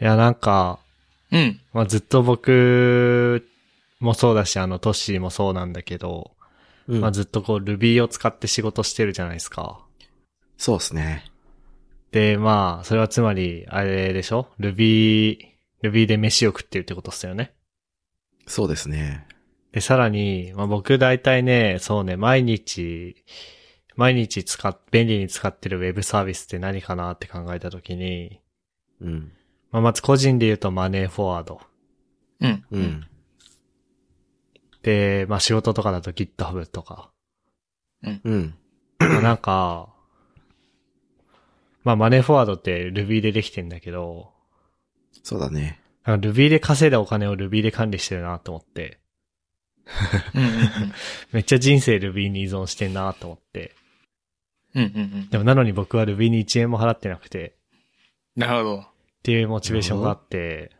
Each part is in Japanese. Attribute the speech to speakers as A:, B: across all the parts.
A: いや、なんか、
B: うん。
A: まあ、ずっと僕もそうだし、あの、トッシーもそうなんだけど、
C: うん
A: まあ、ずっとこう Ruby を使って仕事してるじゃないですか。
C: そうですね。
A: で、まあ、それはつまり、あれでしょ ?Ruby、Ruby で飯を食ってるってことっすよね。
C: そうですね。
A: で、さらに、まあ、僕大体ね、そうね、毎日、毎日使っ、便利に使ってるウェブサービスって何かなって考えたときに、
C: うん。
A: まあ、まず個人で言うとマネーフォワード。
B: うん。
C: う。ん。
A: で、まあ、仕事とかだと GitHub とか。
C: うん。
A: まあなんか、まあ、マネーフォワードって Ruby でできてんだけど、
C: そうだね。
A: なんか Ruby で稼いだお金を Ruby で管理してるなと思って、
B: うん。
A: めっちゃ人生 Ruby に依存してんなと思って。
B: うん。うん。うん。
A: でもなのに僕は Ruby に1円も払ってなくて、
B: なるほど。
A: っていうモチベーションがあって、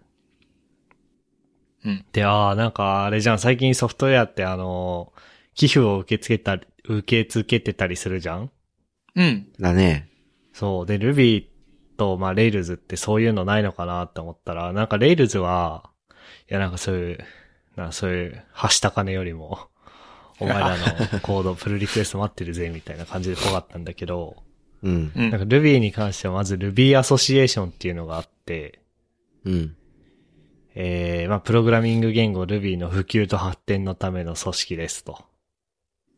B: うん。
A: で、ああ、なんかあれじゃん、最近ソフトウェアってあの、寄付を受け付けたり、受け付けてたりするじゃん
B: うん。
C: だね。
A: そう。で、Ruby と、まあ、Rails ってそういうのないのかなって思ったら、なんか Rails は、いや、なんかそういう、なんかそういう、はした金よりも、お前 らのコード、プルリクエスト待ってるぜ、みたいな感じで怖かったんだけど、
C: うん。
B: うん。
A: なんか Ruby に関してはまず Ruby Association っていうのがあって、
C: うん。
A: えー、まあ、プログラミング言語 Ruby の普及と発展のための組織ですと。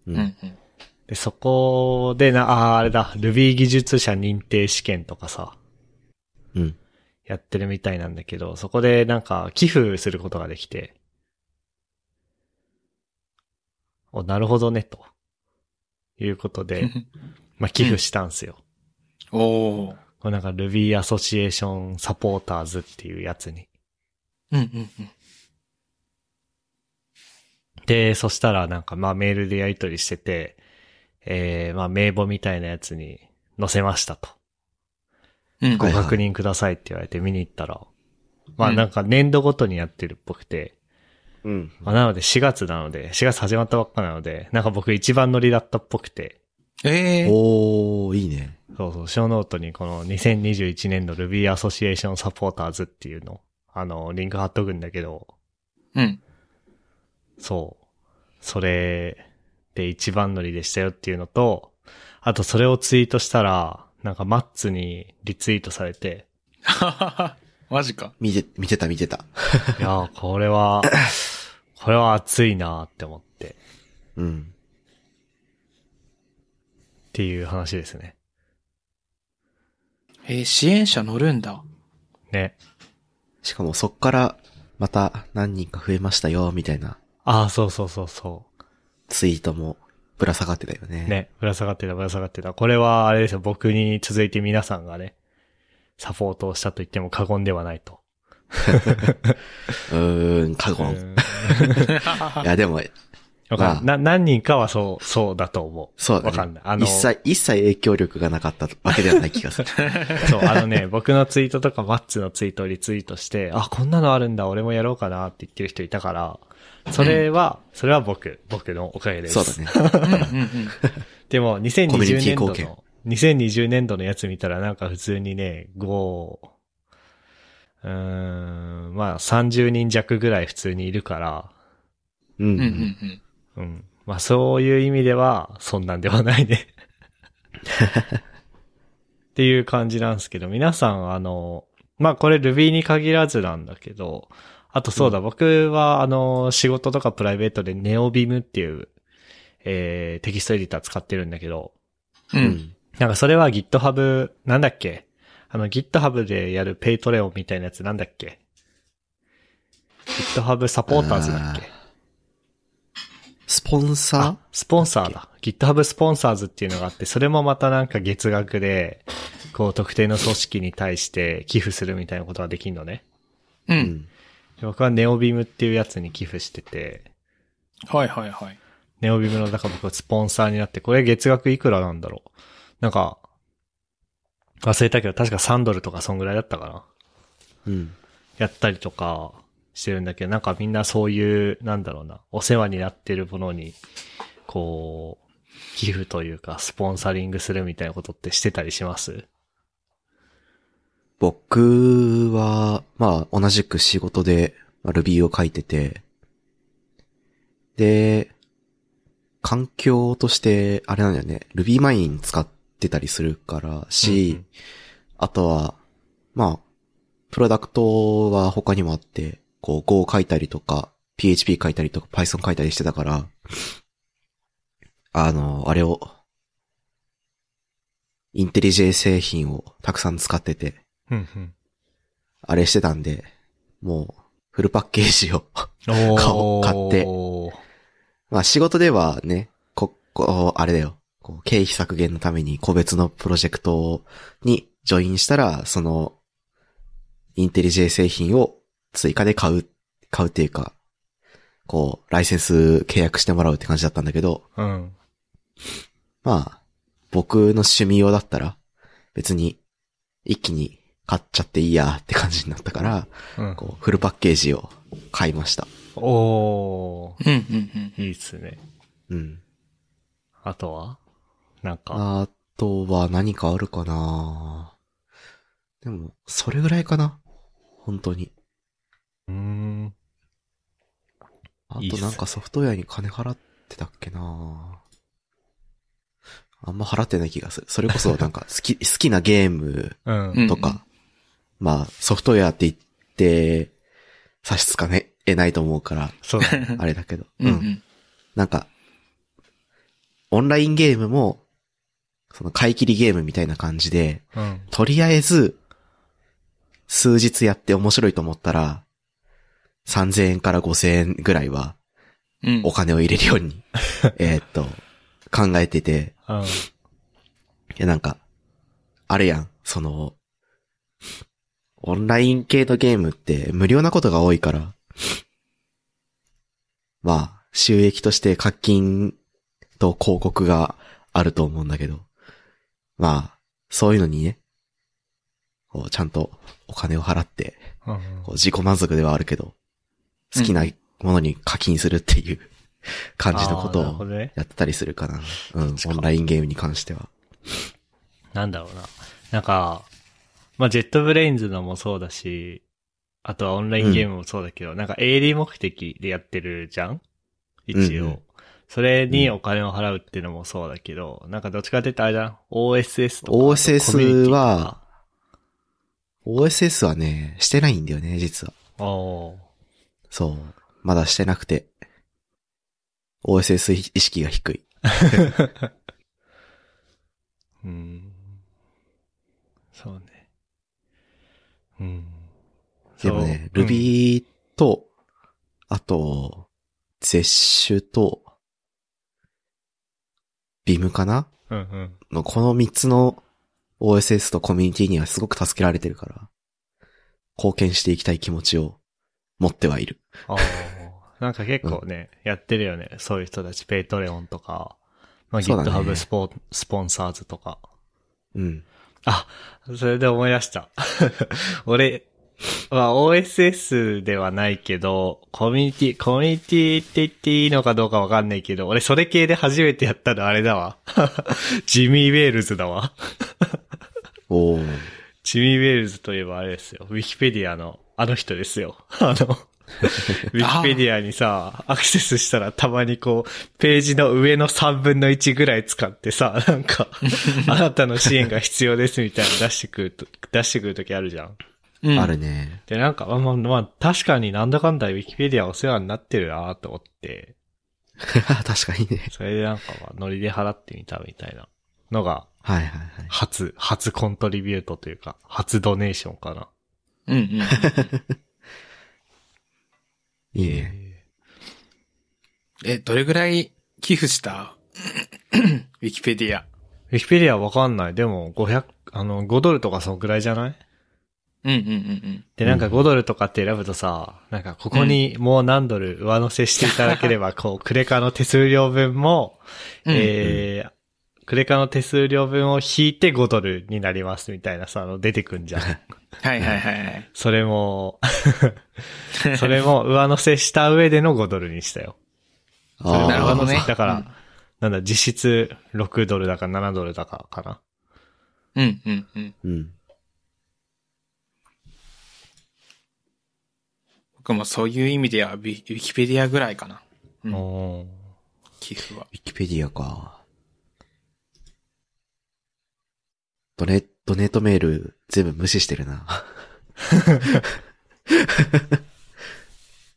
C: う
B: うん。うん。。
A: で、そこでな、あーあれだ、Ruby 技術者認定試験とかさ、
C: うん。
A: やってるみたいなんだけど、そこでなんか寄付することができて、お、なるほどね、と。いうこと で、まあ、寄付したんすよ。
B: おー。
A: これなんか Ruby Association Supporters っていうやつに。
B: うん。うん。うん。
A: で、そしたらなんかまあメールでやり取りしてて、えー、まあ名簿みたいなやつに載せましたと。
B: うん。
A: ご
C: はいはい
A: 確認くださいって言われて見に行ったら、まあ
B: うん
A: なんか年度ごとにやってるっぽくて、
C: うん。
A: まあ、なので4月なので、4月始まったばっかなので、なんか僕一番乗りだったっぽくて、
B: ええ。
C: おー、いいね。
A: そうそう、ショーノートにこの2021年度 Ruby Association Supporters っていうの、あの、リンク貼っとくんだけど、
B: うん。
A: そう。それで一番乗りでしたよっていうのと、あとそれをツイートしたら、なんかマッツにリツイートされて、
B: ははは。マジか。
C: 見て、見てた見てた。
A: いやー、これは、 これは熱いなーって思って、
C: うん。
A: っていう話ですね。
B: えー、支援者乗るんだ。
A: ね。
C: しかもそっから、また何人か増えましたよ、みたいな
A: ああ、そうそうそうそう。
C: ツイートもぶら下がってたよね。。
A: ね、ぶら下がってた、ぶら下がってた。これは、あれですよ、僕に続いて皆さんがね、サポートをしたと言っても過言ではないと。
C: うーん、過
A: う
C: 言。
A: ん
C: いや、でも、
A: わかんない
C: ま
A: な、
C: あ
A: 何人かはそう、そうだと思 う。
C: そうだ
A: わ
C: ね。
A: かんない。あの、
C: 一切、一切影響力がなかったわけではない気がする。
A: そう、あのね、僕のツイートとかマッツのツイートをリツイートして、あ、こんなのあるんだ、俺もやろうかなって言ってる人いたから、それは、それは僕、僕のおか げです。
C: そうだ。ね。
B: うん。うん。うん。
A: でも、
C: コミュニ
A: 2020
C: ティ
A: 年度
C: 貢献
A: の、2020年度のやつ見たらなんか普通にね、5、うーん、まあ30人弱ぐらい普通にいるから、
C: う。
B: うんん。うん。
A: うん。まあそういう意味では、そんなんではないね。 っていう感じなんですけど、皆さん、あの、まあこれ Ruby に限らずなんだけど、あとそうだ、僕はあの、仕事とかプライベートで NeoBeam っていう、えー、テキストエディター使ってるんだけど、
B: う。
C: うんん。
A: なんかそれは GitHub、なんだっけあの GitHub でやるペイトレオンみたいなやつなんだっけ ?GitHub サポーターズだっけ
C: スポン
A: あ
C: サ、
A: スポンサーだ。GitHub スポンサーズっていうのがあって、それもまたなんか月額で、こう特定の組織に対して寄付するみたいなことができるのね。
B: う。
C: ーうんん。
A: で僕はネオビームっていうやつに寄付してて、
B: はいはいはい。
A: ネオビームの中僕はスポンサーになって、これ月額いくらなんだろう。なんか、忘れたけど確か3ドルとかそんぐらいだったかな。
C: うん。
A: やったりとかしてるんだけど、なんかみんなそういう、なんだろうな、お世話になってるものに、こう、寄付というか、スポンサリングするみたいなことってしてたりします
C: 僕は、まあ、同じく仕事でまあ Ruby を書いてて、で、環境として、あれなんだよね、Ruby マイン使ってたりするからし、
A: うんうん
C: あとは、まあ、プロダクトは他にもあって、こう Go を書いたりとか、PHP 書いたりとか、Python 書いたりしてたから、あの、あれを、インテリジェ製品をたくさん使ってて、
A: うん うん。
C: あれしてたんで、もう、フルパッケージを。
A: お
C: 顔買って
A: お
C: まあ仕事ではね、こ、こう、あれだよ。こう、経費削減のために個別のプロジェクトにジョインしたら、その、インテリジェ製品を追加で買う、買うっていうか、こう、ライセンス契約してもらうって感じだったんだけど、
A: うん。
C: まあ、僕の趣味用だったら、別に、一気に買っちゃっていいやって感じになったから、
A: うん。
C: こう、フルパッケージを買いました。
A: お
B: うんうん
A: ーいいっすね。
C: うん。
A: あとはなんか、
C: あとは何かあるかなでも、それぐらいかな本当に。
A: うーん。
C: あ
A: いいっ
C: と
A: す
C: なんかソフトウェアに金払ってたっけなあんま払ってない気がする。それこそなん か好き、好きなゲーム
A: う。
B: うんん。
C: とか、まあソフトウェアって言って差し支えないと思うから、
A: そうだね。
C: あれだけど。
B: うんうん。
C: なんか、オンラインゲームも、その買い切りゲームみたいな感じで、
A: うん。
C: とりあえず、数日やって面白いと思ったら、3000円から5000円ぐらいは
B: うん
C: お金を入れるように、えーっと、考えてて、
A: うん。
C: いやなんか、あれやん、その、オンライン系のゲームって無料なことが多いから、まあ、収益として課金と広告があると思うんだけど、まあ、そういうのにね、こうちゃんとお金を払って、
A: うん
C: こう自己満足ではあるけど、好きなものに課金するっていう感じのこと
A: あーなるほ
C: を
A: どね。
C: やってたりするかな。うん、
A: そっち
C: オ
A: か
C: ンラインゲームに関しては。
A: なんだろうな。なんか、まあ、ジェットブレインズのもそうだし、あとはオンラインゲームもそうだけど、なんか営利目的でやってるじゃん一応。
C: うんうん
A: それにお金を払うっていうのもそうだけど、なんかどっちかって言ったらあれだな OSS とか。
C: OSS
A: コミュニティとか
C: は、OSS はね、してないんだよね、実は。
A: おー
C: そう。まだしてなくて。OSS 意識が低い。
A: うん。そうね。うん。
C: でもね、
A: そう
C: Ruby と、あと、Zesh と、Vim かな
A: うんうん。
C: のこの3つの OSS とコミュニティにはすごく助けられてるから、貢献していきたい気持ちを持ってはいる。
A: ああ。なんか結構ね、やってるよね。そういう人たち、ペイトレオンとか、まあ、
C: そうだね
A: GitHub スポ,、スポンサーズとか。
C: うん。
A: あ、それで思い出した。 俺、まあ、OSS ではないけど、コミュニティ、コミュニティって言っていいのかどうかわかんないけど、俺それ系で初めてやったのあれだわ。 ジミー・ウェールズだわ。
C: おー。
A: ジミー・ウェールズといえばあれですよ。ウィキペディアの、あの人ですよ。 あの、ウィキペディアにさ、アクセスしたらたまにこう、ページの上の3分の1ぐらい使ってさ、 なんか、あなたの支援が必要ですみたいなの出してくると、出してくるときあるじゃん。
B: うん
C: あるね。
A: で、なんか、まあまあ、まあ、確かになんだかんだウィキペディアお世話になってるなと思って、
C: 確かにね。
A: それでなんかまあ、ノリで払ってみたみたいなのが、
C: はいはいはい。
A: 初、初コントリビュートというか、初ドネーションかな。
B: うんうん。
C: いいね。
B: え、どれぐらい寄付した ウィキペディア。
A: ウィキペディアわかんない。でも、500、あの、5ドルとかそんくらいじゃない
B: うんうんうん
A: で、なんか
C: うん
A: 5ドルとかって選ぶとさ、なんかここにもう何ドル上乗せしていただければ、こう、クレカの手数料分も、
B: うん。
A: えー、クレカの手数料分を引いて5ドルになりますみたいなさ、あの、出てくんじ ゃん。
B: はいはいはいはい。
A: それも、 それも上乗せした上での5ドルにしたよ。それ
C: あ
A: も
C: ー
B: なるほどね
A: 上乗せだか
B: うん
A: ら、なんだ、実質6ドルだか7ドルだかかな。
B: うんうんうん。
C: うん。
B: 僕もそういう意味では、ウィウィキペディアぐらいかな。うん
A: おー
B: 寄付は。
C: ウィキペディアか。ドネ、ドネートメール全部無視してるな。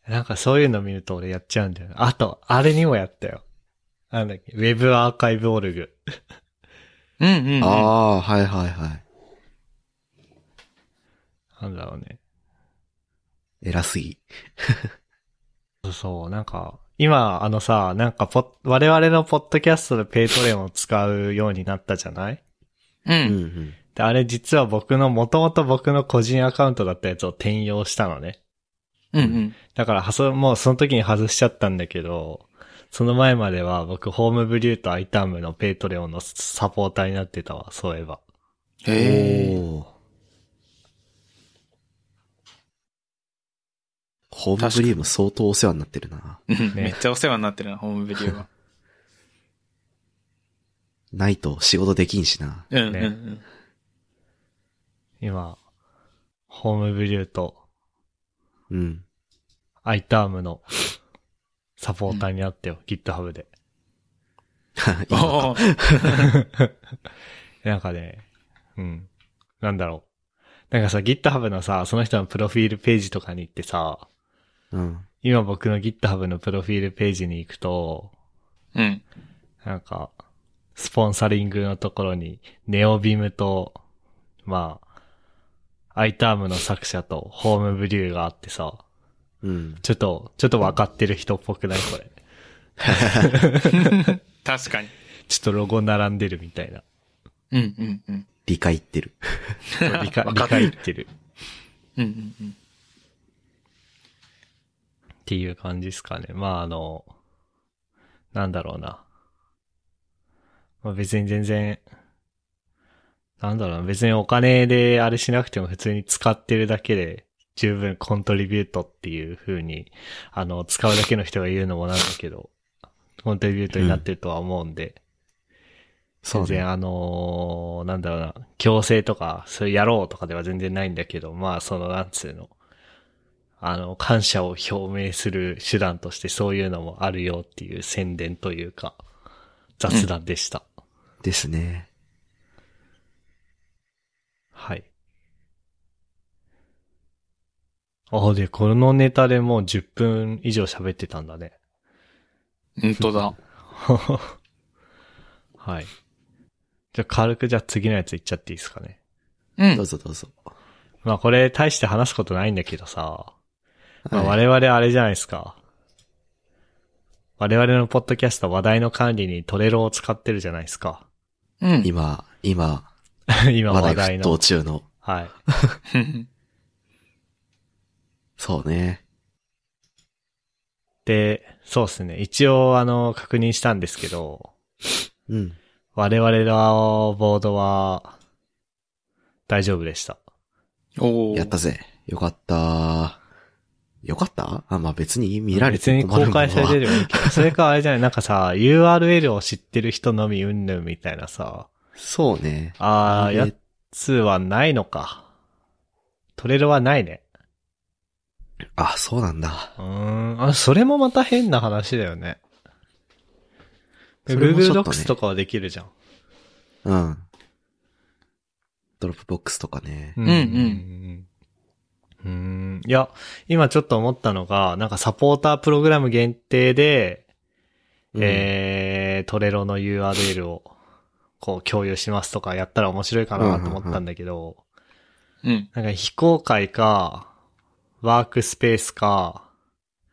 A: なんかそういうの見ると俺やっちゃうんだよね。あと、あれにもやったよ。なんだっけ、ウェブアーカイブオルグ。
B: うんうん、うん。
C: ああ、はいはいはい。
A: なんだろうね。
C: 偉すぎ。
A: そうそう、なんか、今、あのさ、なんかポッ、我々のポッドキャストでペイトレオンを使うようになったじゃない
B: うん
C: うんうん。
A: で、あれ実は僕の、もともと僕の個人アカウントだったやつを転用したのね。
B: うんうん。
A: だから、はそ、もうその時に外しちゃったんだけど、その前までは僕、ホームブリューとアイタームのペイトレオンのサポーターになってたわ、そういえば。
B: へえ。
C: おーホームブリーム相当お世話になってるな。
B: うん
A: ね
B: めっちゃお世話になってるな、ホームビデオは。
C: ないと仕事できんしな。
B: うんうんう
A: ね
B: ん。
A: 今、ホームブリューと
C: うん。
A: アイタームのサポーターになってよ、GitHub で。
C: いいのか
B: おー
A: なんかね、うん。なんだろう。なんかさ、GitHub のさ、その人のプロフィールページとかに行ってさ、
C: うん。
A: 今僕の GitHub のプロフィールページに行くと、
B: うん。
A: なんか、スポンサリングのところに、ネオビムと、まあ、アイタームの作者とホームブリューがあってさ、
C: うん。
A: ちょっと、ちょっと分かってる人っぽくないこれ。
B: 確かに。
A: ちょっとロゴ並んでるみたい な。
B: うんうんうん。
C: 理解ってる。
A: 理解、理
B: わかってる
A: 解ってる。
B: うんうんうん。
A: っていう感じですかね。まあ、あの、なんだろうな。まあ、別に全然、なんだろうな。別にお金であれしなくても普通に使ってるだけで十分コントリビュートっていう風に、あの、使うだけの人が言うのもなんだけど、コントリビュートになってるとは思うんで、
C: そう
A: 全
C: ね
A: 然。あのーなんだろうな。強制とか、そういうやろうとかでは全然ないんだけど、まあ、その、なんつうの。あの、感謝を表明する手段としてそういうのもあるよっていう宣伝というか、雑談でした。
C: ですね。
A: はい。あ、で、このネタでもう10分以上喋ってたんだ ね。
B: 本当だ。
A: はい。じゃあ、軽くじゃあ次のやついっちゃっていいですかね。
B: う。
C: どうんぞどうぞ。
A: まあ、これ大して話すことないんだけどさ。まあ、
C: はい
A: 我々あれじゃないですか。我々のポッドキャストは話題の管理にトレロを使ってるじゃないですか。
B: うん。
C: 今、 今、
A: 今話
C: 話題
A: 題
C: 沸
A: の。
C: 騰中の。
A: はい。
C: そうね。
A: で、そうですね。一応、あの、確認したんですけど、
C: うん。
A: 我々のボードは、大丈夫でした。
B: おお。
C: やったぜ。よかった。よかったあ、まあ別に見られ
A: 別
C: て
A: に公開されて
C: る。
A: ればいい けど、それかあれじゃない、なんかさ、URL を知ってる人のみうんぬんみたいなさ、
C: そうね。
A: あー、
C: え
A: やつはないのか。トレロはないね。
C: あ、そうなんだ。
A: うーん、あ、それもまた変な話だよね。
C: それもち
A: Google
C: ょっとね
A: Docs とかはできるじゃん。
C: うん。ドロップボックスとかね。
A: うん
B: うん
A: うん。うん。いや、今ちょっと思ったのが、なんかサポータープログラム限定で、えー、トレロの URL を、こう共有しますとかやったら面白いかなと思ったんだけど、
B: うん。
A: なんか非公開か、ワークスペースか、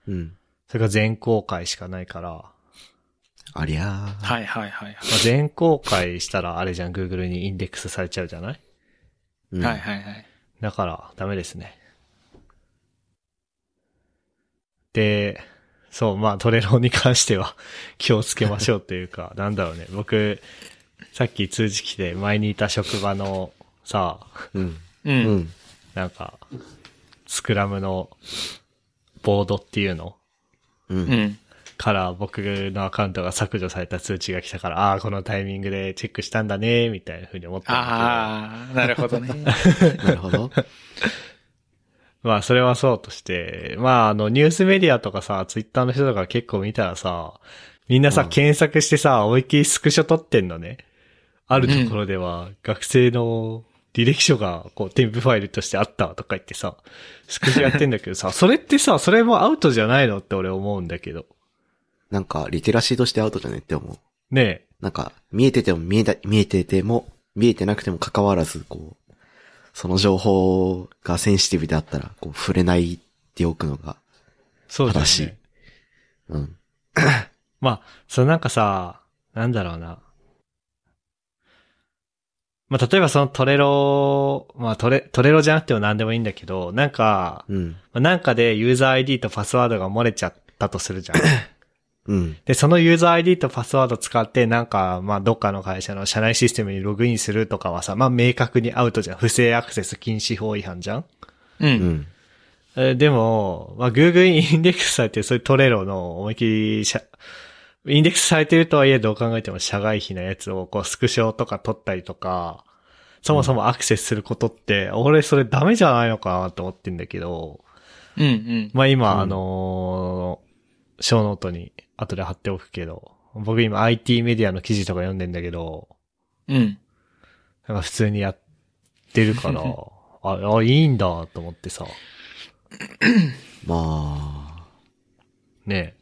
C: うん。うん。
A: それから全公開しかないから、
C: ありゃー。
B: はいはいはい
A: まあ、全公開したらあれじゃん、Google にインデックスされちゃうじゃない
C: うん
B: はい。はいはいはい。
A: だから、ダメですね。で、そう、まあ、トレローに関しては 気をつけましょうというか、なんだろうね。僕、さっき通知来て前にいた職場のさ、
C: うん。
B: う。
C: うんん。
A: なんか、スクラムのボードっていうの
C: う。
B: うん ん。
A: から僕のアカウントが削除された通知が来たから、ああー、このタイミングでチェックしたんだね、みたいな風に思ったんだけど。
B: ああ、なるほどね。
C: なるほど。
A: まあ、それはそうとして、まあ、あの、ニュースメディアとかさ、ツイッターの人とか結構見たらさ、みんなさ、
C: うん
A: 検索してさ、思いっきりスクショ撮ってんのね。あるところでは、学生の履歴書が、こう、添付ファイルとしてあったとか言ってさ、スクショやってんだけど さ、それってさ、それもアウトじゃないのって俺思うんだけど。
C: なんか、リテラシーとしてアウトじゃねって思う。
A: ねえ。
C: なんか、見えてても見えた、見えてても、見えてなくても関わらず、こう、その情報がセンシティブであったら、こう、触れないでおくのが、
A: そうだよ
C: 正しい
A: ね。
C: うん。
A: まあ、そのなんかさ、なんだろうな。まあ、例えばそのトレロ、まあトレ、トレロじゃなくても何でもいいんだけど、なんか、
C: うん。
A: まあなんかでユーザー ID とパスワードが漏れちゃったとするじゃん。
C: うん。
A: で、そのユーザー ID とパスワード使って、なんか、まあ、どっかの会社の社内システムにログインするとかはさ、まあ、明確にアウトじゃん。不正アクセス禁止法違反じゃん
B: う。
C: うんん。
A: えーでも、まあ、Google インデックスされてる、そういうトレロの思いっきりしゃ、インデックスされてるとはいえどう考えても社外費なやつをこうスクショとか取ったりとか、そもそもアクセスすることって、俺それダメじゃないのかなと思ってんだけど、
B: うん。うん。
A: まあ今、
C: うん
A: あのー、小ノートに後で貼っておくけど、僕今 IT メディアの記事とか読んでんだけど、
B: うん。
A: なんか普通にやってる から、あ、あ、いいんだと思ってさ。
C: まあ、
A: ね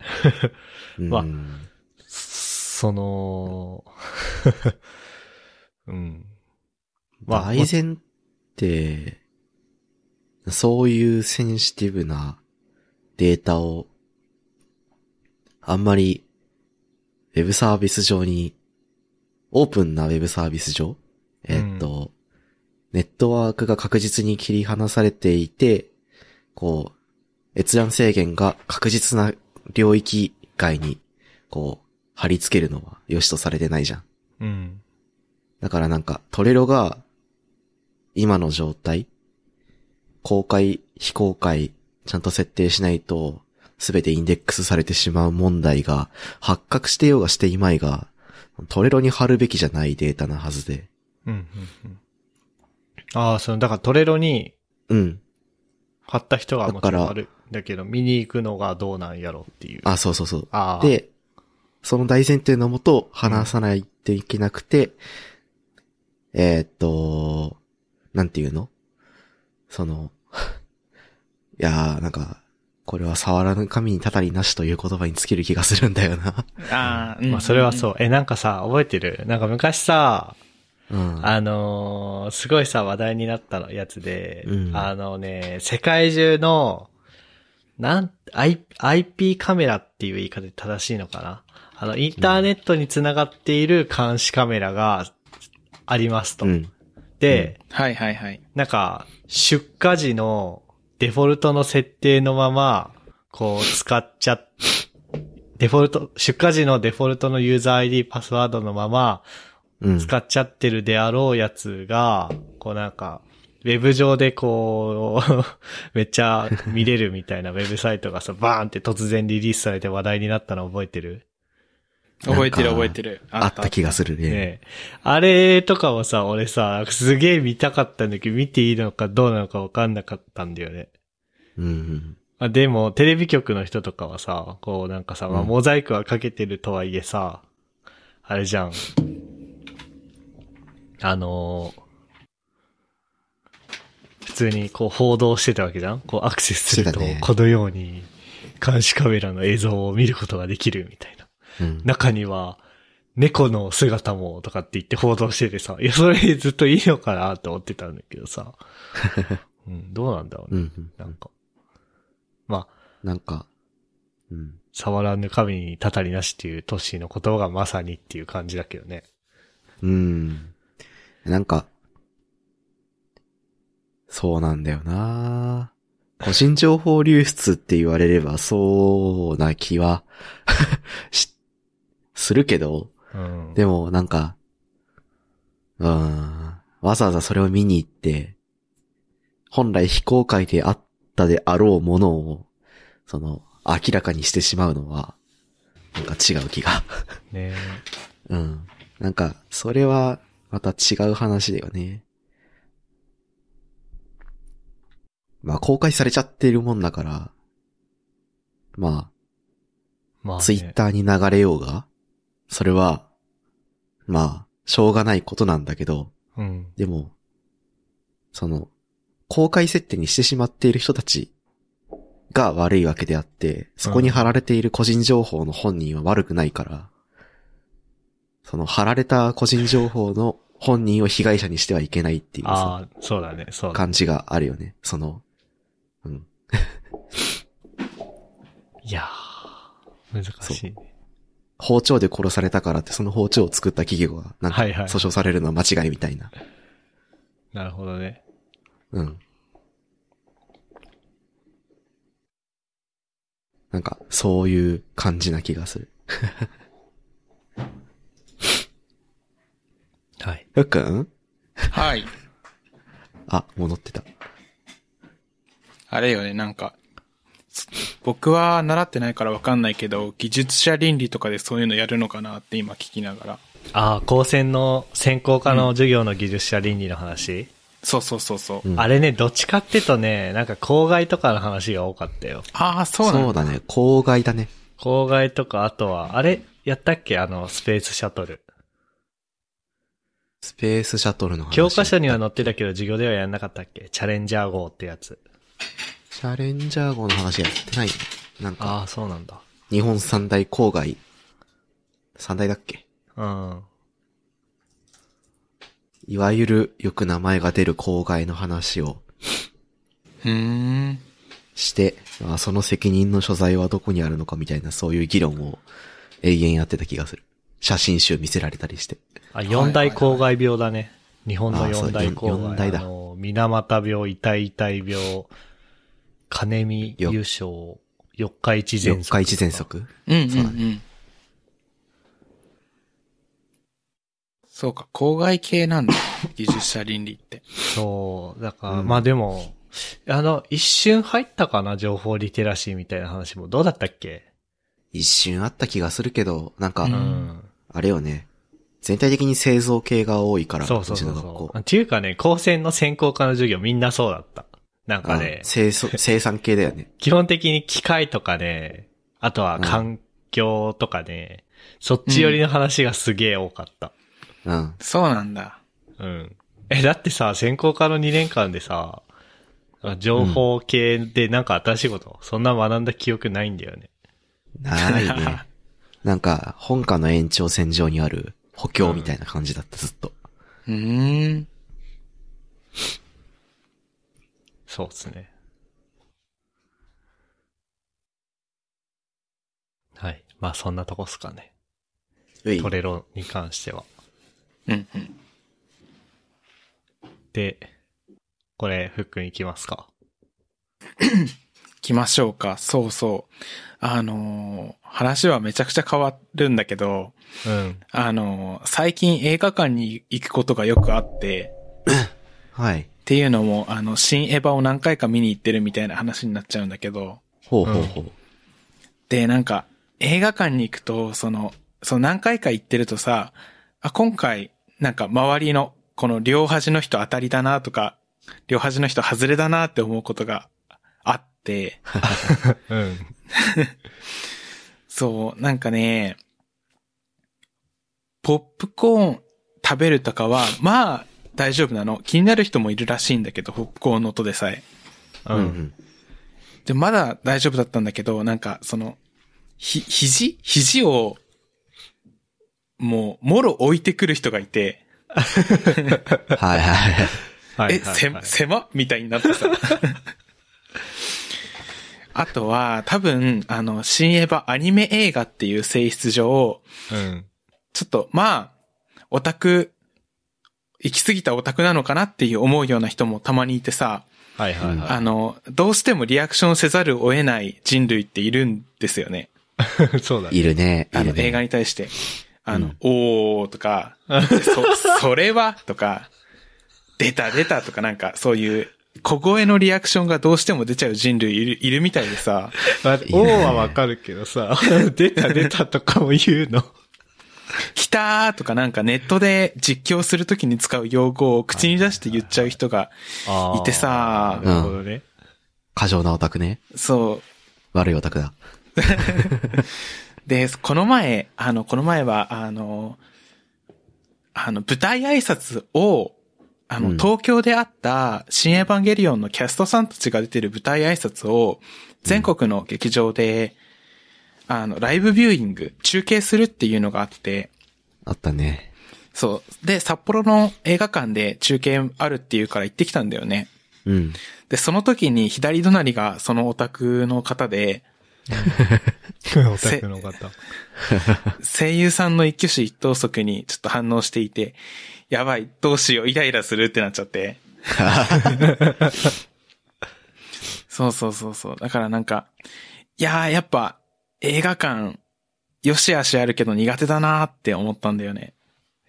A: え。
C: うん。
A: まあその、 うん。まあ
C: 大前って、そういうセンシティブなデータを、あんまり、ウェブサービス上に、オープンなウェブサービス上、えっと、ネットワークが確実に切り離されていて、こう、閲覧制限が確実な領域外に、こう、貼り付けるのは良しとされてないじゃん。
A: うん。
C: だからなんか、トレロが、今の状態、公開、非公開、ちゃんと設定しないと、すべてインデックスされてしまう問題が、発覚してようがしていまいが、トレロに貼るべきじゃないデータなはずで。
A: うん。うん。うんああ、その、だからトレロに
C: うん。
A: 貼った人がもちろん
C: だ
A: あ
C: から
A: る。だけど、見に行くのがどうなんやろっていう。
C: あ、そうそうそう。
A: あー、
C: で、その大前提のもと、話さないといけなくて、えーっと、なんていうのその、いやー、なんか、これは触らぬ神にたたりなしという言葉に尽きる気がするんだよな。
B: ああ、うん。。
A: まあ、それはそうう。え、なんかさ、覚えてるなんか昔さ、
C: うん。
A: あのーすごいさ、話題になったのやつで、
C: うん
A: あのね、世界中の、なん、I、IP カメラっていう言い方で正しいのかなあの、インターネットにつながっている監視カメラがありますと。
C: うん。
A: で、
B: はいはいはい。
A: なんか、出荷時のデフォルトの設定のまま、こう、使っちゃっ、デフォルト、出荷時のデフォルトのユーザー ID、パスワードのまま、
C: うん。
A: 使っちゃってるであろうやつが、こうなんか、ウェブ上でこう、 めっちゃ見れるみたいなウェブサイトがさ、バーンって突然リリースされて話題になったの覚えてる
B: 覚えてる
C: なんか
B: 覚えてる。
C: あった気がする
A: ね
C: ね。
A: え。あれとかもさ、俺さ、すげえ見たかったんだけど、見ていいのかどうなのかわかんなかったんだよね。
C: うん。
A: まあでも、テレビ局の人とかはさ、こうなんかさ、まあ
C: うん
A: モザイクはかけてるとはいえさ、あれじゃん。あのー普通にこう報道してたわけじゃんこうアクセスすると、
C: してたね
A: このように監視カメラの映像を見ることができるみたいな。
C: うん。
A: 中には、猫の姿もとかって言って報道しててさ、いや、それずっといいのかなと思ってたんだけど さ。うん、どうなんだろう
C: う
A: ね。
C: ん。
A: なんか。まあ、
C: なんか、うん。
A: 触らぬ神にたたりなしっていうトッシーの言葉がまさにっていう感じだけどね。
C: うん。なんか、そうなんだよな個人情報流出って言われればそうな気は し、するけど、
A: うん。
C: でもなんか、うん、わざわざそれを見に行って、本来非公開であったであろうものを、その、明らかにしてしまうのは、なんか違う気が。
A: ね
C: うん。なんか、それは、また違う話だよね。まあ公開されちゃってるもんだから、ま
A: まあ、
C: あ、
A: ね。
C: ツイッターに流れようが、それは、まあ、しょうがないことなんだけど、
A: うん。
C: でも、その、公開設定にしてしまっている人たちが悪いわけであって、そこに貼られている個人情報の本人は悪くないから、その貼られた個人情報の本人を被害者にしてはいけないっていうさ、
A: ああ、そうだね、そうだね。
C: 感じがあるよね。その、うん。
A: いやー、難しいね。
C: 包丁で殺されたからってその包丁を作った企業が、なんか
A: はいは
C: 訴
A: い
C: 訟されるのは間違いみたいな。
A: なるほどね。
C: うん。なんか、そういう感じな気がする。
A: はい。
C: ふっくん
B: はい。
C: あ、戻ってた。
B: あれよね、なんか、そ僕は習ってないからわかんないけど、技術者倫理とかでそういうのやるのかなって今聞きながら。
A: ああ、高専の専攻科の授業の技術者倫理の話、
B: そうそうそうそう。
C: うん
A: あれね、どっちかってとね、なんか公害とかの話が多かったよ。
B: ああ、そうな
C: そ
B: ん
C: う
B: だ。
C: だね。公害だね。
A: 公害とか、あとは、あれ、やったっけあの、スペースシャトル。
C: スペースシャトルの話。
A: 教科書には載ってたけど、授業ではやんなかったっけチャレンジャー号ってやつ。
C: チャレンジャー号の話やってないね。なんか、
A: ああ、そうなんだ。
C: 日本三大公害。三大だっけ
A: うん。
C: いわゆるよく名前が出る公害の話を
B: うーん。
C: して、まあ、その責任の所在はどこにあるのかみたいなそういう議論を永遠やってた気がする。写真集見せられたりして。
A: あ、四大公害病だね。日本の
C: あそう
A: 四大公
C: 四四
A: 害。
C: 大
A: あ
C: だ
A: の、水俣病、痛い痛い病、金見
C: よ
A: 優勝、四日市
C: 四
A: 全
C: 日市喘息
B: うんうん、うん。
C: そ
B: そうう
C: だ
B: か、公害系 なんだ。技術者倫理って。
A: そう、だから、
C: うん
A: まあでも、あの、一瞬入ったかな情報リテラシーみたいな話も。どうだったっけ
C: 一瞬あった気がするけど、なんか、
B: う
A: うんん。
C: あれよね。全体的に製造系が多いから、
A: そうそうそう
C: ちの学
A: そ
C: 校
A: う。。っていうかね、高専の専攻科の授業みんなそうだった。なんか
C: あ
A: ね、
C: 生産生産系だよね。
A: 基本的に機械とかね、あとは環境とかね、そっち寄りの話がすげえ多かった。
C: うん。
B: そうなんだ。
A: うん。え、だってさ、専攻科の2年間でさ、情報系でなんか新しいこと、そんな学んだ記憶ないんだよね。
C: ない ね。なんか、本家の延長線上にある補強みたいな感じだった、ずっと。
B: うーん。
A: そうですね。はい。まあそんなとこっすかね。
C: うい
A: トレロに関しては。
B: うんうん。
A: で、これ、ふっくんいきますか。
B: 行きましょうか。そうそう。あのー話はめちゃくちゃ変わるんだけど、
A: うん。
B: あのー最近映画館に行くことがよくあって、
C: はい。
B: っていうのも、あの、新エヴァを何回か見に行ってるみたいな話になっちゃうんだけど、
C: ほうほうほう。
B: で、なんか、映画館に行くと、その、その何回か行ってるとさ、あ、今回、なんか周りの、この両端の人当たりだなとか、両端の人外れだなって思うことがあって、
A: うん。
B: そう、なんかね、ポップコーン食べるとかは、まあ、大丈夫なの。気になる人もいるらしいんだけど、ポップコーンの音でさえ。
A: う。
C: うんん
B: で、まだ大丈夫だったんだけど、なんか、その、ひ、肘肘を、もう、もろ置いてくる人がいて、
C: うん。はいはいはい。
A: はい
B: え、せ、
A: はい
B: 狭っみたいになってさ。 あとは、多分、あの、新エヴァアニメ映画っていう性質上、
A: うん。
B: ちょっと、まあ、オタク、行き過ぎたオタクなのかなっていう思うような人もたまにいてさ、
A: はいはいは
B: あの、どうしてもリアクションせざるを得ない人類っているんですよね。
A: い。そうだね。
C: いるね。い
B: あ
C: る
B: の、
C: ね。
B: 映画に対して、あの、
C: うん
B: おーとか、そ、それはとか、出た出たとかなんか、そういう、小声のリアクションがどうしても出ちゃう人類いる、いるみたいでさ、
A: 待って
C: いいね
A: 王はわかるけどさ、 出た出たとかも言うの。
B: 来たーとかなんかネットで実況するときに使う用語を口に出して言っちゃう人がいてさ
A: なるほどね。
C: 過剰なオタクね。
B: そう。
C: 悪いオタクだ。
B: で、この前、あの、この前は、あの、あの、舞台挨拶を、あの、
C: うん
B: 東京であった、新エヴァンゲリオンのキャストさんたちが出てる舞台挨拶を、全国の劇場で、あの、ライブビューイング、中継するっていうのがあって、
C: あったね。
B: そう。で、札幌の映画館で中継あるっていうから行ってきたんだよね。
C: うん。
B: で、その時に左隣がそのオタクの方で、
A: オタクの方。
B: 声優さんの一挙手一投足にちょっと反応していて、やばい、どうしよう、イライラするってなっちゃ って。そうそうそうそう。だからなんか、いやーやっぱ映画館、よしあしあるけど苦手だなーって思ったんだよね。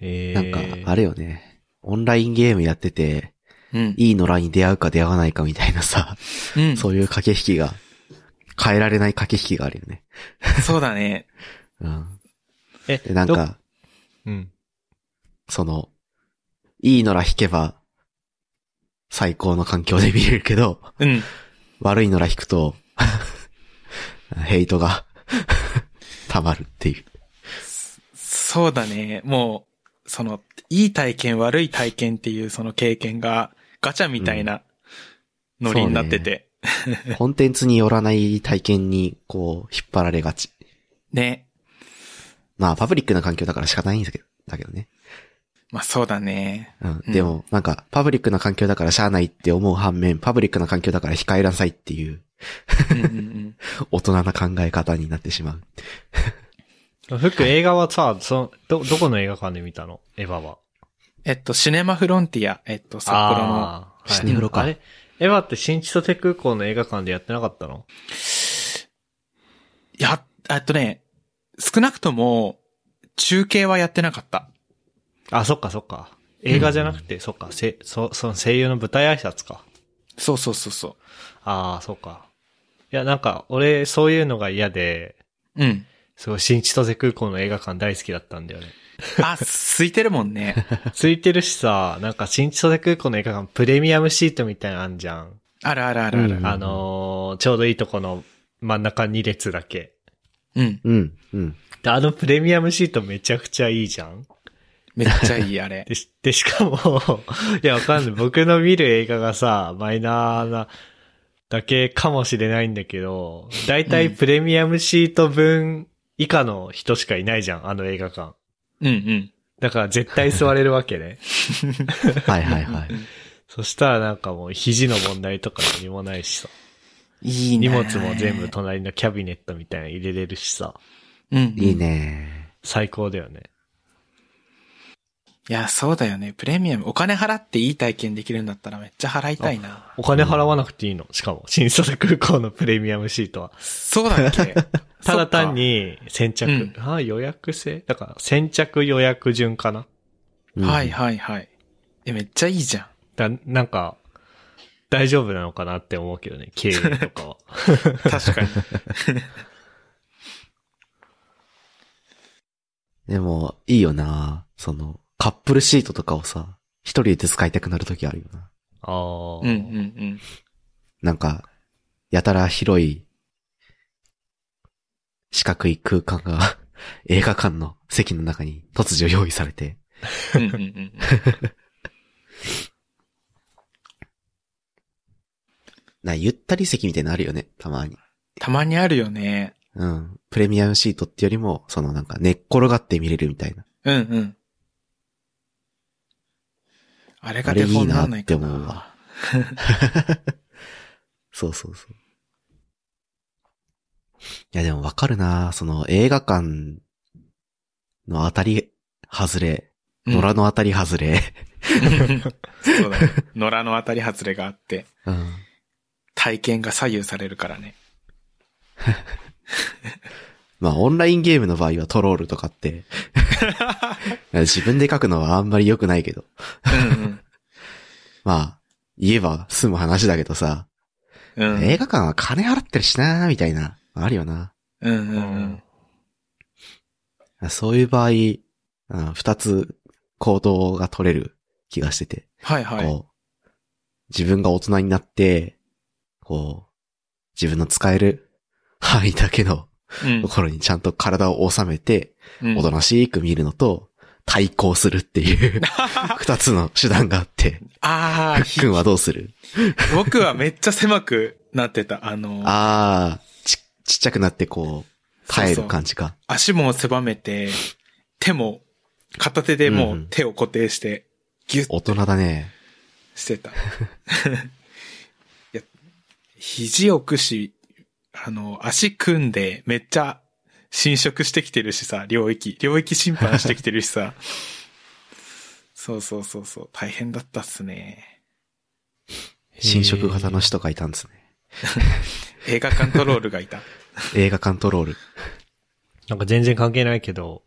A: え
C: なんか
A: ー、、
C: あれよね。オンラインゲームやってて、
B: うん。
C: いいのライン出会うか出会わないかみたいなさ、
B: うん。そ
C: そういう駆け引きが、変えられない駆け引きがあるよね。
B: うだね。
C: うん。
A: え
C: でなん、か、
A: どうん。
C: その、いいのら引けば、最高の環境で見れるけど、
B: うん。
C: 悪いのら引くと、 ヘイトが、 溜まるっていう。
B: そうだね。もう、その、いい体験、悪い体験っていうその経験がガチャみたいなノリになってて。
C: コンテンツによらない体験に、こう、引っ張られがち。
B: ね。
C: まあ、パブリックな環境だから仕方ないんですけど、だけどね。
B: まあそうだね。
C: うん。
B: うん
C: でも、なんか、パブリックな環境だからしゃあないって思う反面、パブリックな環境だから控えなさいっていう、
B: うんうんうん。
C: 大人な考え方になってしまう。
A: ふっく映画はさ、その、ど、どこの映画館で見たのエヴァは。
B: えっと、シネマフロンティア、えっと、札幌の。
A: あー
C: シネフロか
A: あれエヴァって新千歳空港の映画館でやってなかったの
B: いや、えっとね、少なくとも、中継はやってなかった。
A: あ、そっかそっか。映画じゃなくて、そっか、せ、そ、その声優の舞台挨拶か。
B: そうそうそうそ
A: ああ、そっか。いや、なんか、俺、そういうのが嫌で、
B: う。うん。
A: すごい新千歳空港の映画館大好きだったんだよね。
B: あ、空いてるもんね。
A: ついてるしさ、なんか新千歳空港の映画館プレミアムシートみたいなのあんじゃん。
B: あるあるあるある。
C: うん
A: あのーちょうどいいとこの真ん中2列だけ。
B: うん。
C: うん、うん。
A: で、あのプレミアムシートめちゃくちゃいいじゃん
B: めっちゃいい、あれ。
A: で、しでしかも、いや、わかんない。僕の見る映画がさ、マイナーなだけかもしれないんだけど、だいたいプレミアムシート分以下の人しかいないじゃん、あの映画館。
B: うんうん。
A: だから絶対座れるわけね。
C: はいはいはい。
A: そしたらなんかもう肘の問題とか何もないしさ。
B: いいね。
A: 荷物も全部隣のキャビネットみたいなの入れれるしさ。
B: うん。
C: いい。ね
A: 最高だよね。
B: いや、そうだよね。プレミアム。お金払っていい体験できるんだったらめっちゃ払いたいな。
A: お金払わなくていいの。しかも、 新千歳空港のプレミアムシートは。
B: そうだっ け
A: ただ単。に先着。
B: うん
A: あ予約制だから先着予約順かな。
C: う
B: そっ
C: ん
B: かはいはいはい。え、めっちゃいいじゃん。
A: だなんか、大丈夫なのかなって思うけどね、経営とか は。
B: 確かに。
C: でも、いいよなその、カップルシートとかをさ、一人で使いたくなるときあるよな。
A: ああ、
B: うんうんうん。
C: なんか、やたら広い、四角い空間が、 映画館の席の中に突如用意されて、
B: うんうんうん
C: な、ゆったり席みたいなのあるよね、たまに。
B: たまにあるよね。
C: うん。プレミアムシートってよりも、そのなんか寝っ転がって見れるみたいな。
B: うんうん。あれが
C: あれ
B: デ
C: いいな
B: フォにならないか
C: って思う
B: な
C: わ。そうそうそう。いやでもわかるなその映画館の当たり、外れ、
B: うん
C: 野良の当たり外れ。
B: そうだね。野良の当たり外れがあって、
C: うん。
B: 体験が左右されるからね。
C: まあオンラインゲームの場合はトロールとか って、自分で書くのはあんまり良くないけど。
B: うん
C: まあ、言えば済む話だけどさ、
B: うん。うん。
C: 映画館は金払ってるしなみたいな、あるよな。
B: うんうんうん。
C: そういう場合、うん二つ行動が取れる気がしてて、
B: はいはい。
C: こう、自分が大人になって、こう、自分の使える範囲だけの
B: うん
C: ところにちゃんと体を収めて、
B: うん
C: おとなしく見るのと、対抗するって いう、二つの手段があって、
B: ああ、ひ
C: くんはどうする
B: 僕はめっちゃ狭くなってた。あの、
C: あー、ち、ちっちゃくなってこう、耐える感じか。
B: 足も狭めて、手も、片手でも
C: うんう
B: うん手を固定して、ギュッ
C: 大人だね。
B: してた。い や、肘をくし、あの、足組んで、めっちゃ侵食してきてるしさ、領域。領域侵犯してきてるしさ。 そうそうそうそう。大変だったっすね。
C: 侵食型の人がいたんですね。
B: 映画館トロールがいた。
C: 映画館トロール。
A: なんか全然関係ないけど、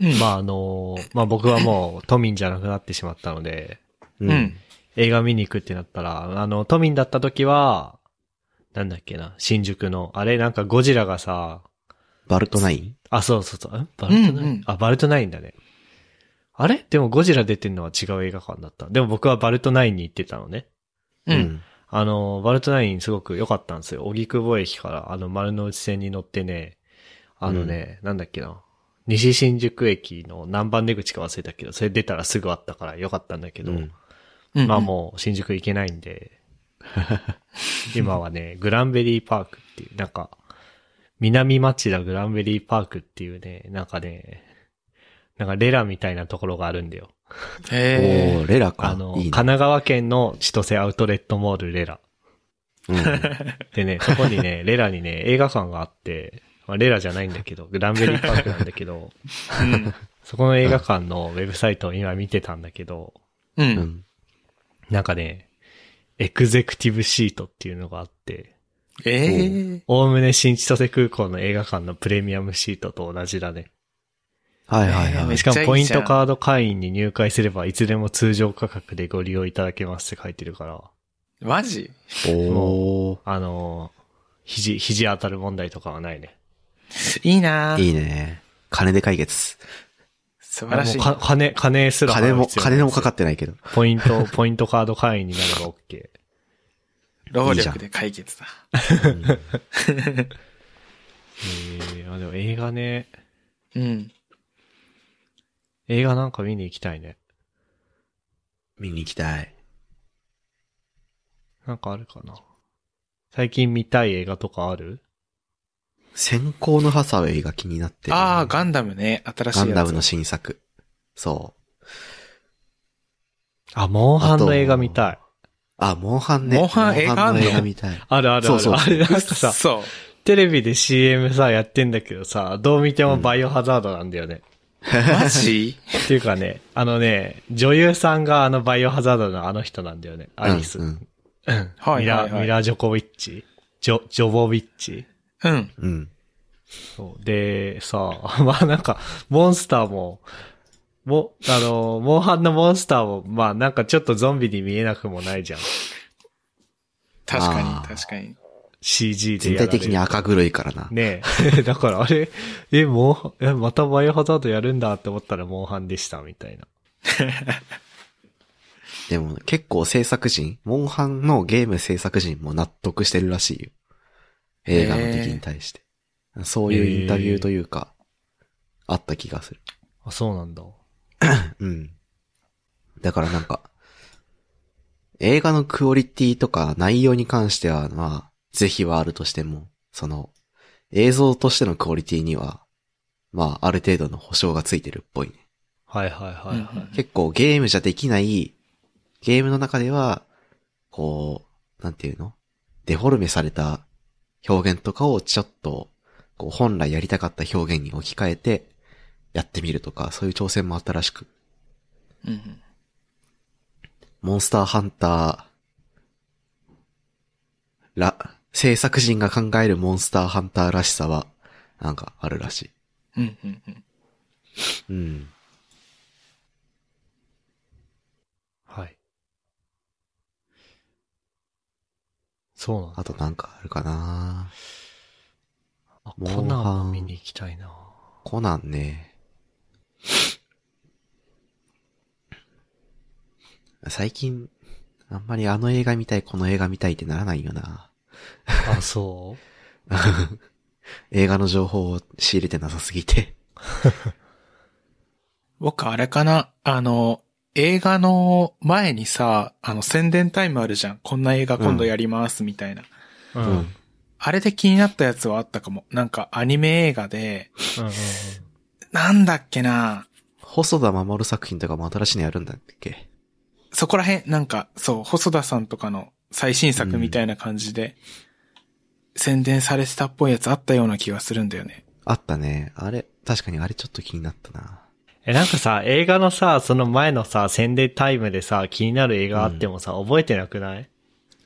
B: うん
A: まああの、まあ僕はもう都民じゃなくなってしまったので、
C: う
B: うん。。
A: 映画見に行くってなったら、あの、都民だった時は、なんだっけな、新宿の、あれなんかゴジラがさ、
C: バルトナイン
A: あ、そうそうそう、んバルトナイン、
B: うんうん
A: あ、バルトナインだね。あれでもゴジラ出てんのは違う映画館だった。でも僕はバルトナインに行ってたのね。
B: うん。。
A: あの、バルトナインすごく良かったんですよ。荻窪駅から、あの、丸の内線に乗ってね、あのね、なんだっけな、西新宿駅の何番出口か忘れたけど、それ出たらすぐあったから良かったんだけ
C: う
A: ど、
C: ん。
B: うん
A: まあもう新宿行けないんで、今はね、グランベリーパークっていう、なんか、南町田グランベリーパークっていうね、なんかね、なんかレラみたいなところがあるんだよ。
C: お
B: へ
C: ー、レラか。
A: あの、
C: い
A: 神
C: いね
A: 奈川県の千歳アウトレットモールレラ。
C: うん
A: でね、そこにね、レラにね、映画館があって、まあ、レラじゃないんだけど、グランベリーパークなんだけど、
B: ーうん
A: そこの映画館のウェブサイトを今見てたんだけど、
B: う。
C: うんん。
A: なんかね、エグゼクティブシートっていうのがあって、
B: ええ。
A: おおむね新千歳空港の映画館のプレミアムシートと同じだね。
C: はいはい
B: えー
C: は
B: め
C: い
B: っ
A: し
B: ちゃ
A: か
B: いいじゃ
A: も
B: ん
A: ポイントカード会員に入会すればいつでも通常価格でご利用いただけますって書いてるから、
B: マジ。
C: お
A: あのー肘、肘当たる問題とかはないね。
B: いいな
C: ー。
B: ぁ
C: いいね。金で解決。
B: 素晴らしい
A: もう。か金、金すら払う必
C: 金
A: 要ない
C: も、金もかかってない けど。
A: ポイント、ポイントカード会員になれば OK。
B: 労
C: いいじゃん
B: 力で解決だ。
C: うん
A: えー、あでも映画ね、
B: うん。
A: 映画なんか見に行きたいね。
C: 見に行きたい。
A: なんかあるかな。最近見たい映画とかある
C: 先行のハサウェイが気になってる
B: ああ、ガンダムね。新しい
C: ガ
B: やつ。
C: ンダムの新作。そう。
A: あ、モンハンの映画見たい。
C: あ、モンハンね。
B: モンハン映画あん
C: モンハンの
B: の
C: 映画見 たい。
A: あるあるある。
C: そうそう
A: あれなんかさ、
B: そう。
A: テレビで CM さ、やってんだけどさ、どう見てもバイオハザードなんだよね。
B: マジ
A: っていうかね、あのね、女優さんがあのバイオハザードのあの人なんだよね。アリス。
C: う
A: うん
C: ん。
B: はい
A: ミラ、
B: はいはい
A: ミラ・ジョコビッチジョ、ジョボビッチ
B: うん。
C: うん。
A: そう。で、さ、 まあなんか、モンスターも、も、あの、モンハンのモンスターも、まあなんかちょっとゾンビに見えなくもないじゃん。
B: 確
C: あ
B: か
C: ー
B: に、確かに。
A: CG で
C: 全
A: やられ
C: 体
A: る。
C: 的に赤黒いからな。
A: ね え。だからあれ、え、もう、え、またバイオハザードやるんだって思ったらモンハンでした、みたいな。
C: でも結構制作人、モンハンのゲーム制作人も納得してるらしいよ。映画の敵に対して。そういうインタビューというか、あった気がする。
A: あ、そうなんだ。
C: うん。だからなんか、映画のクオリティとか内容に関しては、まあ、是非はあるとしても、その、映像としてのクオリティには、まあ、ある程度の保証がついてるっぽいね。
A: はいはいはいはい。
B: うん
C: 結構ゲームじゃできない、ゲームの中では、こう、なんていうのデフォルメされた表現とかをちょっと、こう本来やりたかった表現に置き換えて、やってみるとか、そういう挑戦もあったらしく、
B: うん
C: モンスターハンター、ら、制作人が考えるモンスターハンターらしさは、なんかあるらし
B: うんうんうん
C: い。うん。
A: はい。そうなんだ。
C: あとなんかあるかな
A: あ
C: モンハ
A: コ
C: ン
A: ナンも見に行きたいな。
C: コナンね。最近、あんまりあの映画見たい、この映画見たいってならないよな。
A: あ、そう
C: 映画の情報を仕入れてなさすぎて。
B: 僕、あれかなあの、映画の前にさ、あの、宣伝タイムあるじゃん。こんな映画今度やります、みたいな。
A: う。
C: うん
A: うん。うん。
B: あれで気になったやつはあったかも。なんか、アニメ映画で、なんだっけな
C: 細田守作品とかも新しいのやるんだっけ
B: そこら辺、なんか、そう、細田さんとかの最新作みたいな感じで、宣伝されてたっぽいやつあったような気がするんだよね。
C: あったね。あれ、確かにあれちょっと気になったな。
A: え、なんかさ、映画のさ、その前のさ、宣伝タイムでさ、気になる映画あってもさ、覚えてなくない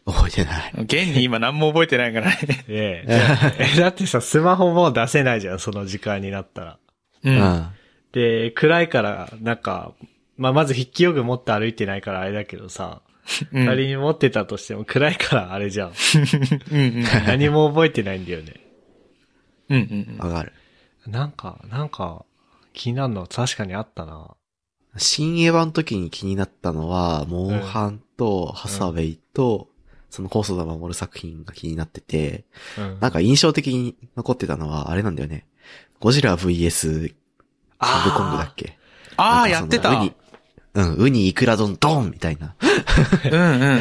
C: 覚えてない。
B: 現に今何も覚えてないからね。
A: ええ。 え、だってさ、スマホもう出せないじゃん、その時間になったら。
B: う。
C: うんん。
A: で、暗いから、なんか、まあ、まず筆記用具持って歩いてないからあれだけどさ、
B: うん
A: 仮に持ってたとしても暗いからあれじゃん。
B: うんうん。
A: 何も覚えてないんだよね。
B: うんうん
C: わかる。
A: なんか、なんか、気になるの確かにあったな。
C: 新エヴァの時に気になったのは、モンハンとハサウェイと、その細田守作品が気になってて、
A: うん
C: なんか印象的に残ってたのは、あれなんだよね。ゴジラ VS キングコングだっけ
B: ああ、
C: な
B: や
C: ん
B: っ
C: か
B: て
C: そ
B: た。
C: のウ
B: うん
C: ニうん、ウニイクラ丼ドンみたいな。
B: うん うん。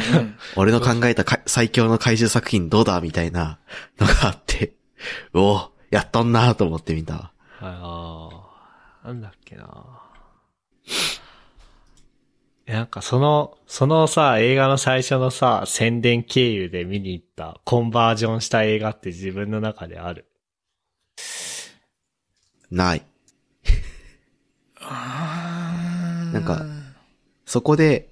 C: 俺の考えたか最強の怪獣作品どうだみたいなのがあって、 うおやっとんなと思ってみたわ。
A: あーなんだっけな。えなんかその、そのさ、映画の最初のさ、宣伝経由で見に行った、コンバージョンした映画って自分の中である。
C: ない。
B: あー
C: なんか、そこで、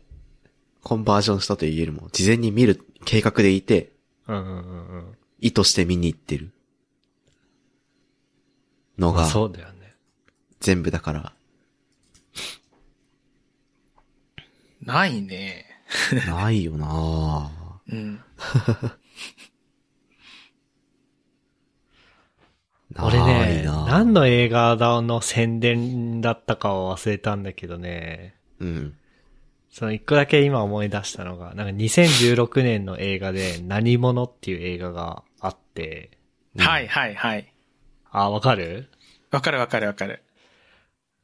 C: コンバージョンしたというよりも、事前に見る計画でいて、
A: うんうんうんうん。
C: 意図して見に行ってる。の
A: まあ
C: が、
A: そうだよね。
C: 全部だ から、
B: ないね。
C: ないよな
B: うん。
A: 俺ね、何
C: の
A: の映画だの宣伝だったかを忘れたんだけどね。
C: うん。
A: その一個だけ今思い出したのが、なんか2016年の映画で何者っていう映画があって、
B: はいはいはい。
A: あ、わかる
B: わかるわかるわかる。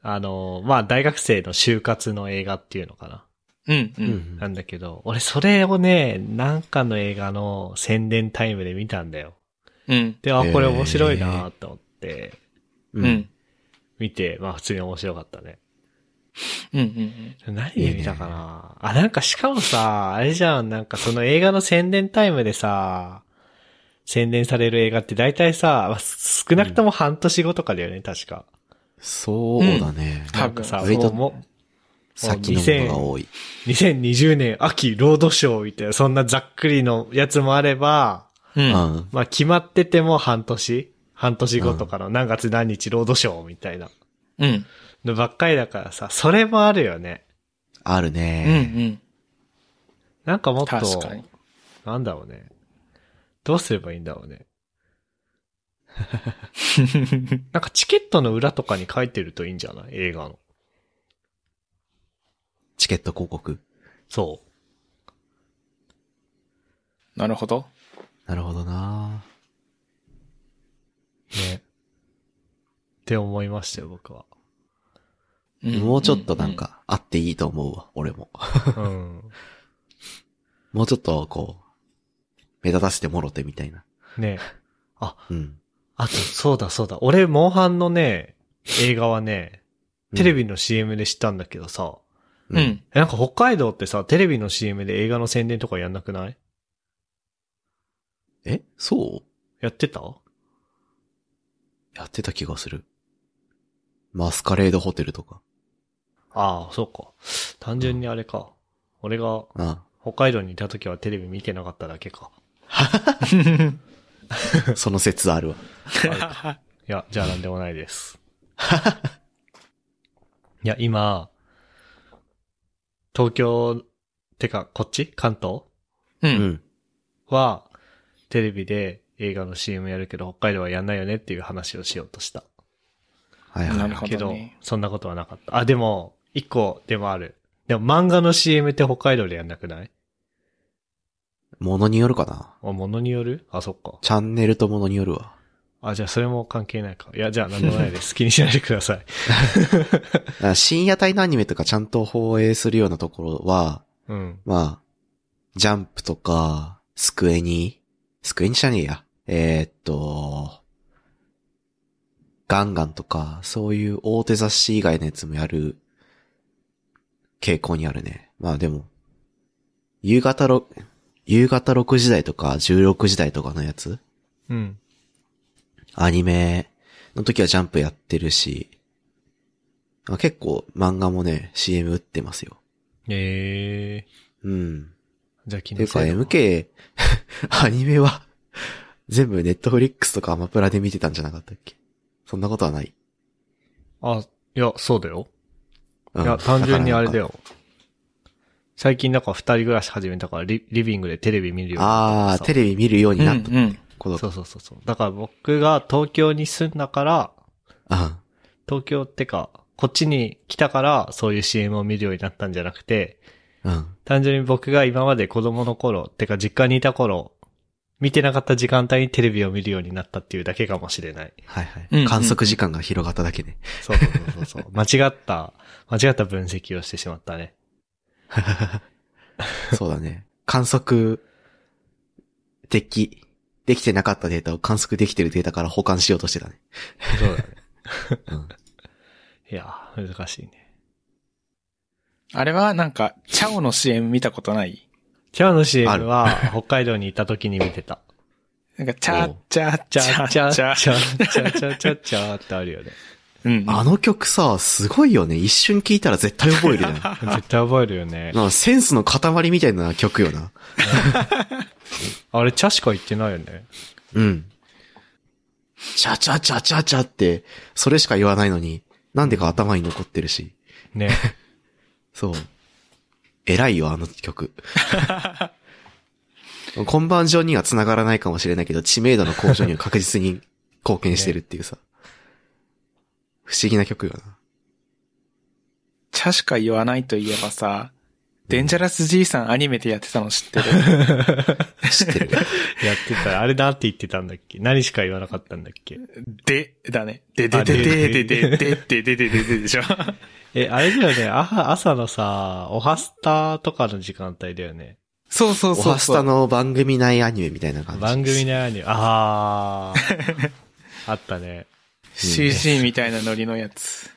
A: あの、まあ、大学生の就活の映画っていうのかな。
B: うんう。
C: うんん
A: なんだけど、俺それをね、なんかの映画の宣伝タイムで見たんだよ。
B: うん。
A: で、あ、これ面白いなと思って、
C: う。
B: うん。うんん
A: 見て、まあ、普通に面白かったね。
B: うんうん。
A: 何で見たかなあ、なんかしかもさ、あれじゃん、なんかその映画の宣伝タイムでさ、宣伝される映画って大体さ、まあす少なくとも半年後とかだよね、確か。
C: そうだね。
B: うん
A: なんかさ、
C: 割
A: も
C: と
A: うも
C: 先のものが多い。
A: う2020年秋ロードショーみたいな、そんなざっくりのやつもあれば、
B: う。
C: うんん。
A: まあ決まってても半年半年後とかの何月何日ロードショーみたいな
B: うん。
A: のばっかりだからさ、それもあるよね。
C: ある
B: うんう
C: ね。
B: ん。
A: なんかもっと、
B: 確かに。
A: なんだろうね。どうすればいいんだろう ね。なんかチケットの裏とかに書いてるといいんじゃない映画の。
C: チケット広告。
A: そ
B: なるほど。
C: なるほどな
A: う。ね。って思いましたよ、僕は。
B: ん
C: もうちょっとなん。か、あっていいと思うわ、俺も。
A: うん。
C: もうちょっと、こう、目立たせてもろてみたいな。
A: ね。
C: うん。
A: あと、そうだそうだ。俺、モンハンのね、映画はね、テレビの CM で知ったんだけどさ、
B: うんうん。
A: えなんか北海道ってさ、テレビの CM で映画の宣伝とかやんなくない
C: えそう
A: やってた
C: やってた気がする。マスカレードホテルとか。
A: ああ、そうか。単純にあれか。俺が
C: あ
A: 北海道にいた時はテレビ見てなかっただけか。
C: あその説あるわ。
A: いや、じゃあなんでもないです。いや、今、東京、てか、こっち関東
B: う。
C: うんん。
A: は、テレビで映画の CM やるけど、北海道はやんないよねっていう話をしようとした。
C: はいは
B: ないる。ほ
A: け
B: ど
A: ど
B: ね、
A: そんなことはなかった。あ、でも、一個でもある。でも漫画の CM って北海道でやんなくない
C: ものによるかな。
A: あ、ものによるあ、そっか。
C: チャンネルとものによるわ。
A: あ、じゃあそれも関係ないか。いや、じゃあなんでもないです。気にしないでください。
C: だから深夜帯のアニメとかちゃんと放映するようなところは、
A: うん。
C: まあ、ジャンプとか、スクエニ、スクエニじゃねえや。えーっと、ガンガンとか、そういう大手雑誌以外のやつもやる傾向にあるね。まあでも、夕方6、夕方6時台とか16時台とかのやつ
A: うん。
C: アニメの時はジャンプやってるし、あ結構漫画もね、CM 打ってますよ。
A: ええ
C: うん。
A: じゃあ気
C: てい
A: に
C: う
A: せ
C: か
A: えな
C: MK、ア ニメは、全部ネットフリックスとかアマプラで見てたんじゃなかったっけそんなことはない。
A: あ、いや、そうだよ。
C: うん
A: いや、単純にあれだ。
C: か
A: よ。最近なんか二人暮らし始めたからリ、リビングでテレビ見るように
C: らなんか
A: な
C: あ
A: っ
C: ー、
A: た
C: テレビ見るように
B: うん
C: なった。
B: うん。
C: この、
A: そうそうそうそう。だから僕が東京に住んだから、
C: あ
A: 東京ってか、こっちに来たからそういう CM を見るようになったんじゃなくて、
C: うん。
A: 単純に僕が今まで子供の頃、てか実家にいた頃、見てなかった時間帯にテレビを見るようになったっていうだけかもしれない。
C: はい
B: うん
C: は
B: うん
C: い。観測時間が広がっただけね。
A: そうそうそうそうそう。間違った、間違った分析をしてしまったね。
C: そうだね。観測、でき、できてなかったデータを観測できてるデータから保管しようとしてたね。
A: そうだね。
C: うん。
A: いやー、難しいね。
B: あれはなんか、チャオの CM 見たことない
A: 今日の CM は北海道にいた時に見てた。
B: なんか、チャーチャー
A: チ
B: チ
A: ャ
B: ャ
A: ー
B: ー
A: チ
B: チ
A: ャ
B: ャ
A: ー
B: ー
A: チ
B: チ
A: ャ
B: ャ
A: ーチャーチャーチャーチャーってあるよね。
B: うんうん。
C: あの曲さ、すごいよね。一瞬聴いたら絶対覚え るじゃん。
A: 絶対覚えるよね。
C: なんかセンスの塊みたいな曲よな。
A: あれ、チャしか言ってないよね。
C: うん。チャチャチャチャチャって、それしか言わないのに、なんでか頭に残ってるし。
A: ね。
C: そう。偉いよ、あの曲。 今晩上には繋がらないかもしれないけど、知名度の向上には確実に貢献してるっていうさ。不思議な曲よな。
B: チャしか言わないといえばさ、デンジャラス爺さんアニメでやってたの知ってる
C: 知ってる。
A: やってた。あれなんて言ってたんだっけ何しか言わなかったんだっけ
B: で、だね。で、で、で、で、で、で、で、で、で、で、で、で、でしょ。
A: え、あれだよね。あ朝のさ、おはスタとかの時間帯だよね。
B: そうそう
C: オ
B: そう。
C: ハスタ。の番組内アニメみたいな感じ。
A: 番組のように、ああ。あったね。
B: CG みたいなノリのやつ。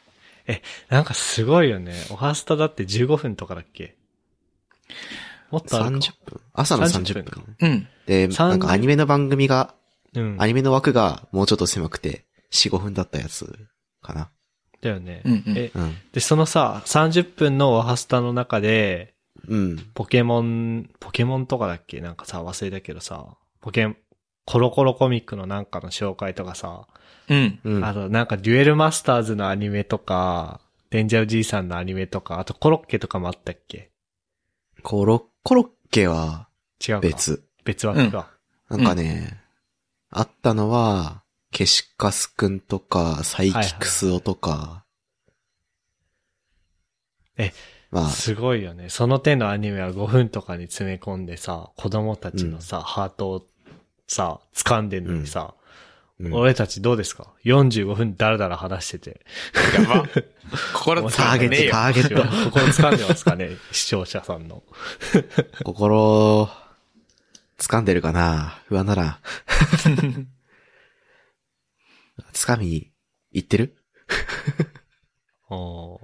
A: なんかすごいよね。おはスタだって15分とかだっけもっとある
C: 30
A: か。
C: 分朝の
A: 30
C: 30
A: 分
C: 分。
B: うん。
C: で、
A: 30
C: なんかアニメの番組が
A: うん。
C: アニメの枠がもうちょっと狭くて、4、5分だったやつかな。
A: だよね
B: う。んうん。
A: え、
C: うん。
A: で、そのさ、30分のおはスタの中で、
C: うん。
A: ポケモン、ポケモンとかだっけなんかさ、忘れたけどさ、ポケン、コロコロコミックのなんかの紹介とかさ、
B: うん。
C: うん。
A: あとなんかデュエルマスターズのアニメとか、デンジャーじいさんのアニメとか、あとコロッケとかもあったっけ
C: コロ、コロッケは
A: 違うか。。
C: 別。
A: 別枠か。
C: なんかね、あったのは、ケシカスくんとか、サイキクスオとか。
A: いはいえ、
C: まあ、
A: すごいよね。その手のアニメは5分とかに詰め込んでさ、子供たちのさ、ハートをさ、掴んでんのにさ、
C: うん
A: 俺たちどうですか ?45 分だらだら話してて。
B: やば。心
A: 面
B: つ
A: 白
B: か
A: いね
B: めねえよ
C: タ。ーゲッ
A: こ
C: ト
A: こ掴んでますかね視聴者さんの。
C: 心、掴んでるかな不安だな。 掴みに行ってる
A: おー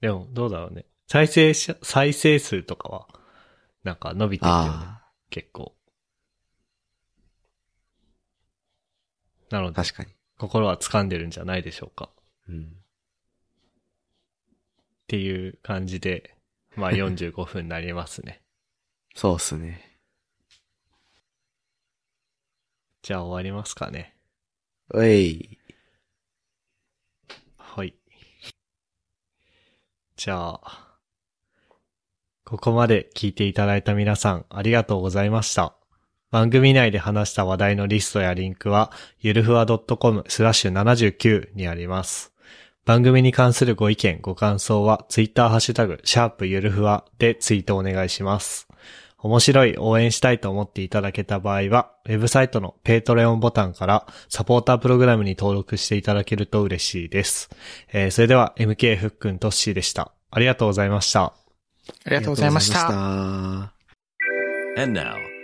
A: でも、どうだろうね。再生し、再生数とかは、なんか伸びてるよね。
C: あ
A: 結構。なの
C: あ、
A: で、
C: 確かに。
A: 心は掴んでるんじゃないでしょうか。っ
C: うん。
A: ていう感じで、まあ45分になりますね。
C: そうっすね。
A: じゃあ終わりますかね。
C: おい。
A: はい。じゃあ、ここまで聞いていただいた皆さんありがとうございました。番組内で話した話題のリストやリンクは、ゆるふわ .com スラッシュ79にあります。番組に関するご意見、ご感想は、ツイッターハッシュタグ、シャープゆるふわでツイートお願いします。面白い応援したいと思っていただけた場合は、ウェブサイトのペイトレオンボタンからサポータープログラムに登録していただけると嬉しいです。えーそれでは MK ふっくんとっしーでした。ありがとうございました。
B: ありがとうございました。
C: ありがとうございました。
D: And now,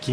A: 気